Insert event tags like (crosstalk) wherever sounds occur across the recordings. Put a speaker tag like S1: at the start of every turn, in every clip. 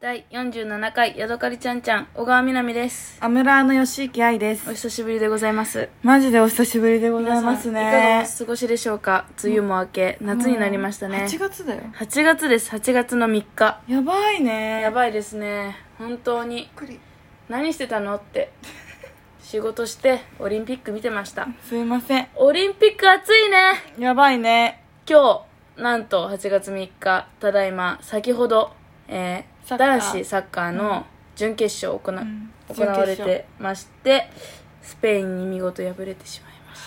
S1: 第47回ヤドカリちゃんちゃん小川みなみです
S2: アムラーの吉行愛で
S1: お
S2: す。
S1: 久しぶりでございます
S2: マジでお久しぶりでございます
S1: 皆さんいかがお
S2: ね。
S1: 過ごしでしょうか梅雨も明け夏になりましたね
S2: 8月だよ。
S1: 8月です8月の3日
S2: やばいね。
S1: や
S2: い。
S1: ばいですね本当に何してたのって仕事してオリンピック見てました
S2: すいません。
S1: オリンピック暑いね
S2: やばいね。
S1: 今日なんと8月3日ただいま先ほど、えー
S2: サッカー
S1: 男子サッカーの準決勝行,、
S2: ん
S1: 行われてましてスペインに見事敗れてしまいまし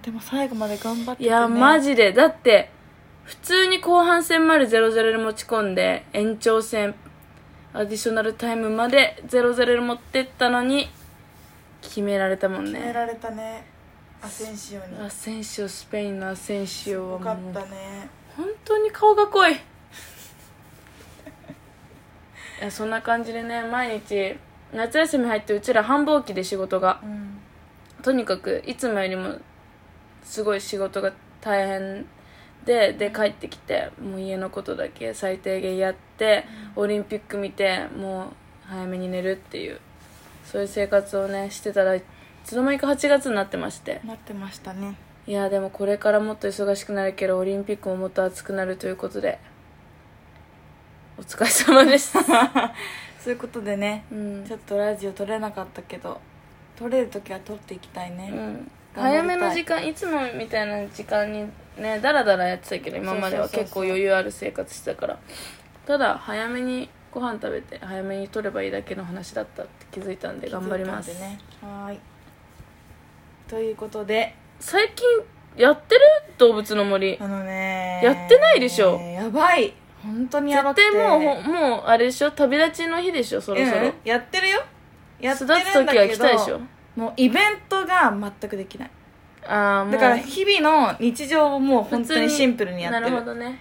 S2: でも最後まで頑張って
S1: た
S2: て、
S1: いや、マジでだって普通に後半戦まで0-0で持ち込んで延長戦アディショナルタイムまで0-0で持ってったのに決められたもん
S2: や
S1: ね
S2: られたね。アセンシオに。
S1: アセンシオスペインのアセンシオ
S2: よ
S1: は
S2: かっ
S1: もう
S2: たね。
S1: 本当に顔が濃い (laughs) いやそんな感じでね毎日夏休み入ってうちら繁忙期で仕事が
S2: うん。
S1: とにかくいつもよりもすごい仕事が大変でで帰ってきてもう家のことだけ最低限やってオリンピック見てもう早めに寝るっていうそういう生活をねしてたらいつの間にか8月になってまして
S2: なってましたね。
S1: いやでもこれからもっと忙しくなるけどオリンピックももっと熱くなるということでお疲れ様で
S2: (laughs)
S1: した、
S2: そういうことでね、
S1: うん
S2: ちょっとラジオ撮れなかったけど、撮れる時は撮っていきたいね。
S1: うん、
S2: たい
S1: 早めの時間いつもみたいな時間にねだらだらやってたけど今までは
S2: そうそうそう
S1: 結
S2: そ
S1: 構
S2: う
S1: 余裕ある生活してたからただ早めにご飯食べて早めに取ればいいだけの話だったって気づいたんで頑張ります、
S2: 気づいたんでね。はーい。ということで、
S1: 最近やってる動物の森
S2: あのね
S1: やってないでしょ
S2: やばい本当にやば
S1: 絶
S2: くて
S1: 対もうほもうあれでしょ旅立ちの日でしょそろそろ、
S2: うんやってるよやって
S1: 巣
S2: るんだ
S1: 立
S2: け
S1: つ
S2: ど
S1: 時は来たでしょ
S2: もうイベントが全くできない
S1: ああもう
S2: だから日々の日常をもう本当にシンプルにやってる
S1: なるほどね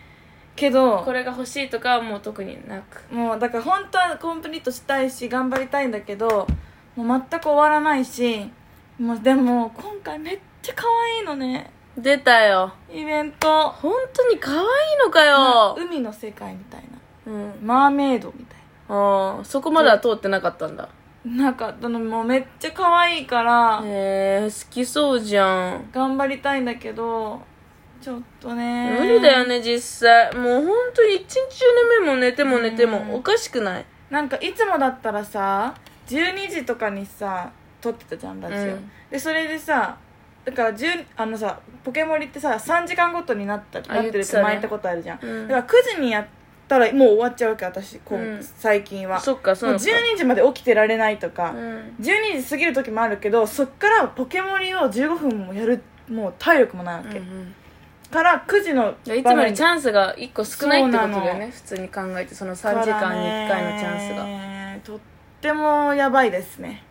S2: けど
S1: これが欲しいとかはもう特になく
S2: もうだから本当はコンプリートしたいし頑張りたいんだけどもう全く終わらないしもうでも今回めっちゃ可愛いのね
S1: 出たよ
S2: イベント
S1: 本当に可愛いのかよ、
S2: 海の世界みたいな
S1: うん
S2: マーメイドみたいな
S1: ああそこまでは通ってなかったんだ
S2: なんかあのもうめっちゃ可愛いから
S1: へえ好きそうじゃん
S2: 頑張りたいんだけどちょっとね
S1: 無理だよね実際もう本当に一日中眠いもん寝ても寝て
S2: うん
S1: もおかしくない
S2: なんかいつもだったらさ12時とかにさ撮ってたじゃんラジオ、
S1: うん
S2: でそれでさだから10あのさポケモリってさ3時間ごとになった
S1: あ
S2: なってる
S1: 言
S2: っ
S1: って
S2: て
S1: たね
S2: 前言ったことあるじゃん、
S1: うん
S2: だから9時にやったらもう終わっちゃうわけ私こう、
S1: うん
S2: 最近は
S1: そっか
S2: も
S1: そううか
S2: 12時まで起きてられないとか、
S1: うん
S2: 12時過ぎる時もあるけどそっからポケモリを15分もやるもう体力もないわ
S1: う
S2: け、
S1: ん
S2: から9時の
S1: うん、いつもよりチ
S2: ン
S1: ャンスが1個少ないってことだ
S2: そう
S1: よ
S2: な
S1: ね普通に考えてその3時間に1回のチャンスが
S2: がとってもやばいですね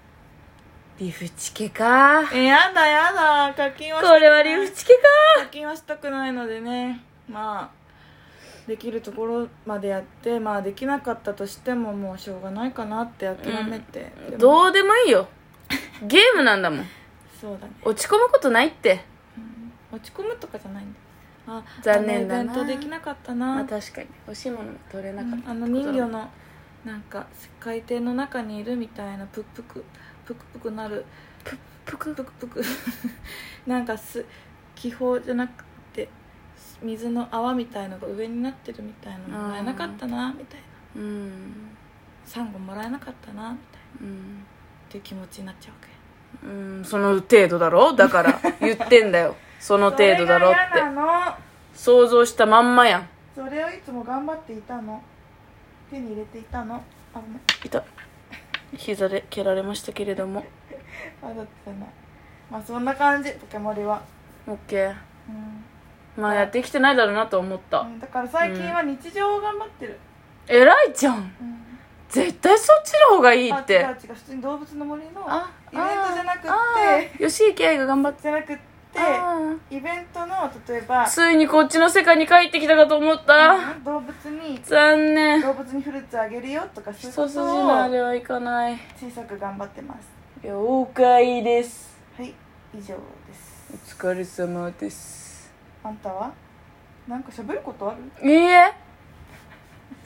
S1: リフチケか
S2: えやだやだ課金はしたくな
S1: こ
S2: い
S1: れはリフチケか
S2: 課金はしたくないのでねまあできるところまでやってまあできなかったとしてももうしょうがないかなって諦めて、でも
S1: どうでもいいよゲームなんだもん
S2: そうだね
S1: 落ち込むことないって
S2: 落ち込むとかじゃないんだあ
S1: 残念だな
S2: あのイベントできなかったな、
S1: まあ確かに欲しいものも取れなかった、
S2: あの人魚のなんか海底の中にいるみたいなプップクプクプクなる
S1: ぷ
S2: プ
S1: く
S2: クプク (laughs) なんかす気泡じゃなくて水の泡みたいのが上になってるみたいなのもらえなかったなみたいな
S1: うん
S2: サンゴもらえなかったなみたいな
S1: うん
S2: っていう気持ちになっちゃうわけ
S1: うんその程度だろだ (laughs) から言ってんだよその程度だろって
S2: それが嫌なの
S1: 想像したまんまやん
S2: それをいつも頑張っていたの手に入れていたのあごめん
S1: いた膝で蹴られましたけれども
S2: あだってじゃないまあそんな感じポケモリは
S1: OK
S2: うん
S1: まあやってきてないだろうなと思った、
S2: うんだから最近は日常を頑張ってる、
S1: 偉いじゃん
S2: うん
S1: 絶対そっちの方がいい
S2: あ
S1: っ
S2: 違う
S1: て
S2: 違う普通に動物の森のイベン
S1: あ
S2: トじゃなくって
S1: て吉行愛が頑張って
S2: じゃなくって
S1: あ
S2: イベントの例えば
S1: ーついにこっちの世界に帰ってきたかと思った
S2: 動物に
S1: 残念
S2: 動物にフルーツあげるよとかそういう
S1: 一
S2: こと
S1: 筋のあ
S2: を
S1: れはいかない
S2: 小さく頑張ってます
S1: 了解です
S2: はい以上で
S1: お
S2: す
S1: 疲れ様です
S2: あんたはなんか喋ることある
S1: いいえ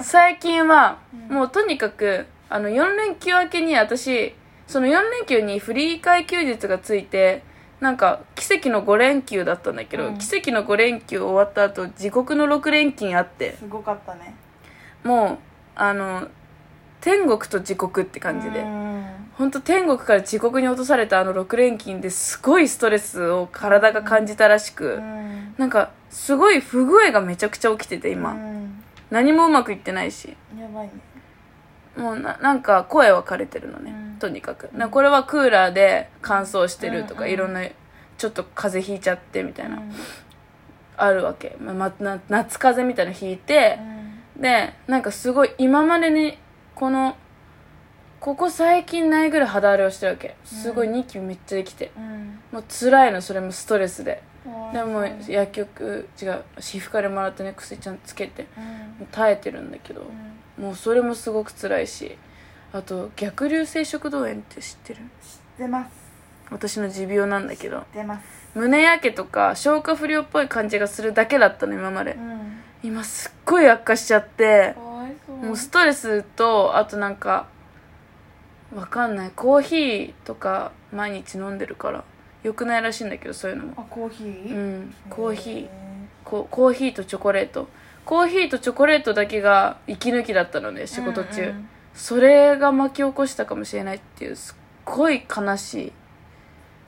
S1: 最近は
S2: うん
S1: もうとにかくあの4連休明けに私その4連休にフリー会休日がついてなんか奇跡の5連休だったんだけど、
S2: うん
S1: 奇跡の5連休終わった後地獄の6連勤あって
S2: すごかったね
S1: もうあの天国と地獄って感じで、
S2: うん
S1: 本当天国から地獄に落とされたあの6連勤ですごいストレスを体が感じたらしく、
S2: うん
S1: なんかすごい不具合がめちゃくちゃ起きてて今、
S2: うん
S1: 何もうまくいってないし
S2: やばいね
S1: もうななんか声は枯れてるのね、
S2: うん
S1: とにかくなこれはクーラーで乾燥してるとか、
S2: うんうん
S1: いろんなちょっと風邪ひいちゃってみたいな、
S2: うん
S1: あるわけ、ままな夏風邪みたいなのひいて
S2: う、ん
S1: でなんかすごい今までにこのここ最近ないぐらい肌荒れをしてるわけすごい
S2: うん
S1: ニキビめっちゃできて、
S2: うん
S1: もう辛いのそれもストレスででも
S2: うん
S1: 薬局違う私服からもらったね薬ちゃんつけて
S2: うん
S1: 耐えてるんだけど、
S2: うん
S1: もうそれもすごく辛いしあと逆流性食道炎って知ってる
S2: 出ます
S1: 私の持病なんだけど
S2: 出ます
S1: 胸やけとか消化不良っぽい感じがするだけだったの今まで、
S2: うん
S1: 今すっごい悪化しちゃって
S2: かわいそう
S1: もうストレスとあとなんかわかんないコーヒーとか毎日飲んでるから良くないらしいんだけどそういうのも
S2: あコーヒ
S1: う
S2: ー
S1: んコーヒー
S2: へ
S1: こコーヒーとチョコレートコーヒーとチョコレートだけが息抜きだったので仕事中、
S2: うん
S1: それが巻き起こしたかもしれないっていうすっごい悲しい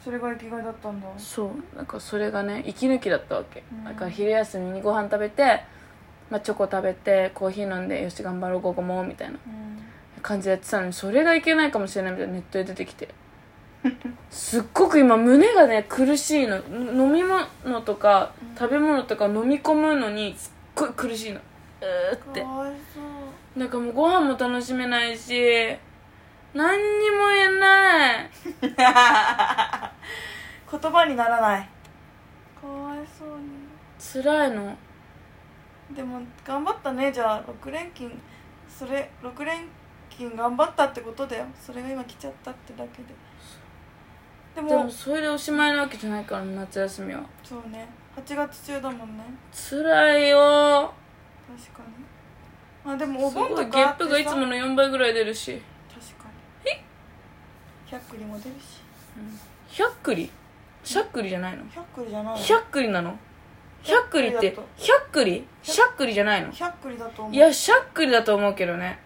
S2: それが生きがいだったんだ
S1: そうなんかそれがね息抜きだったわけ、
S2: うん
S1: だから昼休みにご飯食べて、まあ、チョコ食べてコーヒー飲んでよし頑張ろう午後もみたいな
S2: うん
S1: 感じでやってたのにそれがいけないかもしれないみたいなネットで出てきてすっごく今胸がね苦しいのの飲み物とか
S2: うん
S1: 食べ物とか飲み込むのにすっごい苦しいのうーって
S2: かわいそう
S1: なんかもうご飯も楽しめないし何にも言えない
S2: 言葉にならないかわいそうに
S1: 辛いの
S2: でも頑張ったねじゃあ6連勤それ6連勤頑張ったってことだよそれが今来ちゃったってだけででも
S1: でもそれでおしまいなわけじゃないから夏休みは
S2: そうね8月中だもんね
S1: 辛いよ
S2: 確かにまあでもお
S1: すご
S2: 盆とか
S1: いゲップがいつも
S2: 確か
S1: の4倍ぐらい出るし
S2: に100里も出るし
S1: 100くりしゃっくりじゃないの
S2: 100里じゃないの
S1: 100くりなの100くりって100くりしゃっくりじゃないの
S2: 100里だと思う
S1: いやしゃっくりだと思うけどね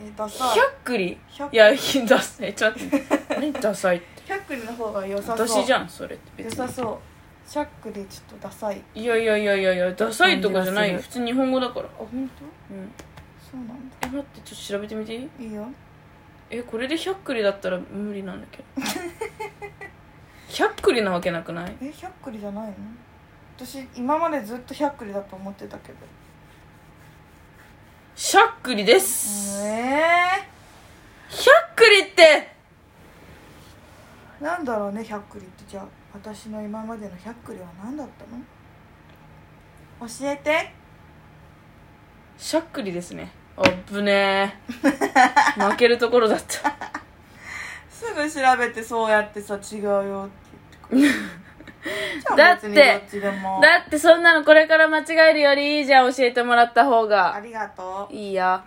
S2: えダ
S1: 100
S2: サい
S1: くり
S2: 100
S1: いやダサいちょっと待
S2: (laughs)
S1: って何ダサいって
S2: 100里の方が良さそう
S1: 私じゃんそれって
S2: 良
S1: 別
S2: さ
S1: に
S2: そう100里ちょっとダサい
S1: いやいやいやいやいやダサいとかじゃないよ
S2: 感じが
S1: 普通日本語だから
S2: あ本当
S1: うん
S2: そうなんだ
S1: え待ってちょっと調べてみていい
S2: いいよ
S1: えこれで100くりだったら無理なんだ
S2: (laughs)
S1: けど100くりなわけなくない
S2: え百栗じゃないの私今までずっと百栗だと思ってたけど
S1: しゃっくりです
S2: え
S1: 100くりって
S2: ー、なんだろうね百栗ってじゃあ私の今までの百栗は何だったの教えて
S1: しゃっくりですねあぶねえ負けるところだった
S2: すぐ調べてそうやってさ違うよって
S1: (laughs)
S2: 言ってくる
S1: だって
S2: じゃあ別にどっちでも
S1: だってそんなのこれから間違えるよりいいじゃん教えてもらった方
S2: あ
S1: が
S2: りがとう
S1: いいや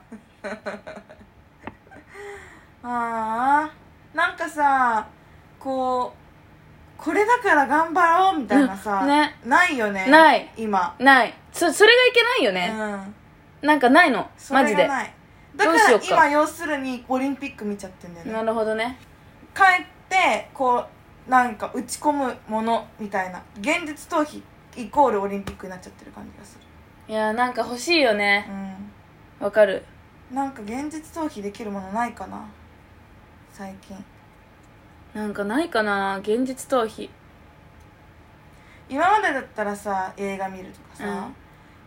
S2: ああなんかさこうこれだから頑張ろうみたいなさ、
S1: うんね
S2: ないよね
S1: ない
S2: 今
S1: ないそそれがいけないよね、
S2: うん
S1: なんかないの
S2: そ
S1: マ
S2: れ
S1: ジ
S2: が
S1: で
S2: ないだか
S1: どうしよ
S2: ら
S1: うか
S2: 今要するにオリンピック見ちゃってんだよね
S1: なるほどね
S2: 帰ってこうなんか打ち込むものみたいな現実逃避イコールオリンピックになっちゃってる感じがする
S1: いやーなんか欲しいよね
S2: う
S1: わかる
S2: んなんか現実逃避できるものないかな最近
S1: なんかないかな現実逃避
S2: 今までだったらさ映画見るとかさ、
S1: うん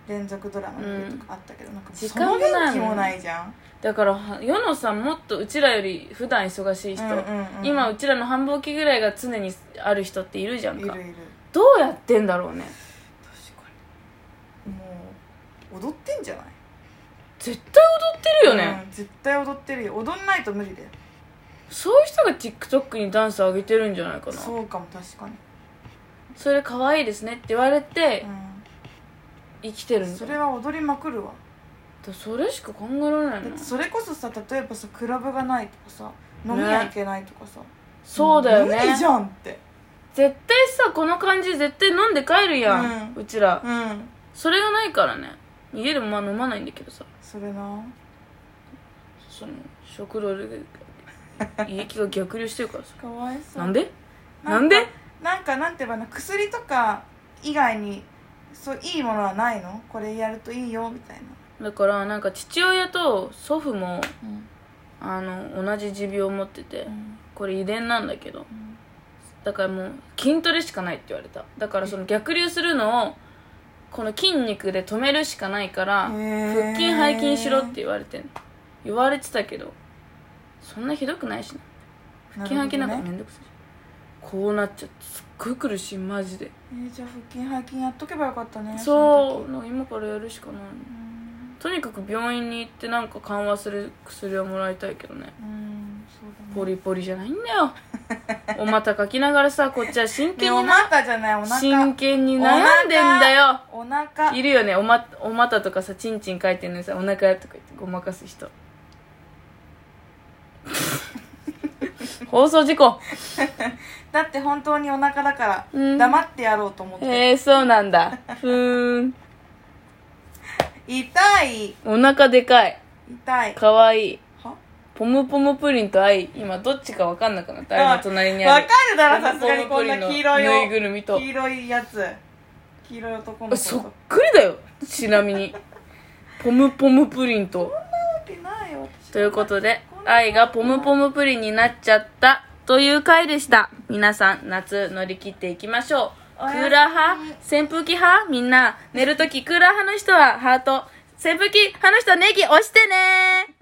S2: 連続ドラマ見るとかあったけど、なんか
S1: 時
S2: そ
S1: 間も
S2: の
S1: ないもんね
S2: 元気もないじゃん
S1: だからは世のさんもっとうちらより普段忙しい人、
S2: うんうんうん
S1: 今うちらの繁忙期ぐらいが常にある人っているじゃん
S2: い
S1: か
S2: るいる
S1: どうやってんだろうね
S2: 確かにもう踊ってんじゃない
S1: 絶対踊ってるよね、
S2: うん、絶対踊ってるよ踊んないと無理だよ
S1: そういう人が TikTok にダンス上げてるんじゃないかなそ
S2: そうかも確かに、
S1: れ可愛いですねって言われて
S2: う
S1: 生きてる
S2: ん、
S1: ん
S2: そ
S1: だ
S2: れは踊りまくるわ
S1: でもそれしか考えられない
S2: だっ
S1: の
S2: てそれこそさ例えばさクラブがないとかさ飲み屋行けないとかさ、
S1: そうだよね
S2: 無理じゃんって
S1: 絶対さこの感じ絶対飲んで帰るやん、う
S2: う
S1: ちら、
S2: うん
S1: それがないからね家でもまあ飲まないんだけどさ
S2: それな
S1: その食料で胃液が逆流してるからさ
S2: かわいそう
S1: なんで
S2: か
S1: なんで
S2: なんかなんて言えばな薬とか以外にそういいものはないのこれやるといいよみたい
S1: だからなんか父親と祖父も
S2: なうん
S1: あの同じ持病を持ってて
S2: うん
S1: これ遺伝なんだけどだからもう筋トレしかないって言われただからその逆流するのをこの筋肉で止めるしかないから
S2: へー
S1: 腹筋背筋しろって言われてんの言われてたけどそんなひどくないしな腹筋背筋なんか
S2: るほど
S1: め
S2: ね
S1: んどくさいしこうなっちゃってすっごい苦しいマジで
S2: えーじゃあ腹筋背筋やっとけばよかったね
S1: そう
S2: の時
S1: なんか今からやるしかないの
S2: うん
S1: とにかく病院に行ってなんか緩和する薬をもらいたいけどね
S2: うんそうだね
S1: ポリポリじゃないんだ
S2: (laughs)
S1: よお股かきながらさこっちは真
S2: ね
S1: 剣
S2: お
S1: にな
S2: 腹じゃないお腹
S1: 真剣に悩んでんだよ
S2: お腹
S1: いるよねおまお股とかさチンチン書いてるのにさお腹とか言ってごまかす
S2: (laughs)
S1: 人放送事故
S2: だって本当にお腹だから
S1: うん
S2: 黙ってやろうと思って、
S1: へえそうなんだふーん
S2: 痛い
S1: お腹でかい
S2: 痛い
S1: かわいい
S2: は
S1: ポムポムプリンと愛今どっちか分かんなくなった愛の隣に
S2: わ
S1: あ
S2: か
S1: る
S2: るだろさすがにこんな黄色い
S1: ぬいぐるみと
S2: 黄色いやつ黄色い男の
S1: あ
S2: 子
S1: そっ
S2: と
S1: くりだよちなみにポムポムプリンと
S2: ってないよ私
S1: ということで愛がポムポムプリンになっちゃったという回でした皆さん夏乗り切っていきましょう
S2: おやすみ
S1: クーラー派扇風機派みんな寝るときクーラー派の人はハート扇風機派の人はネギ押してね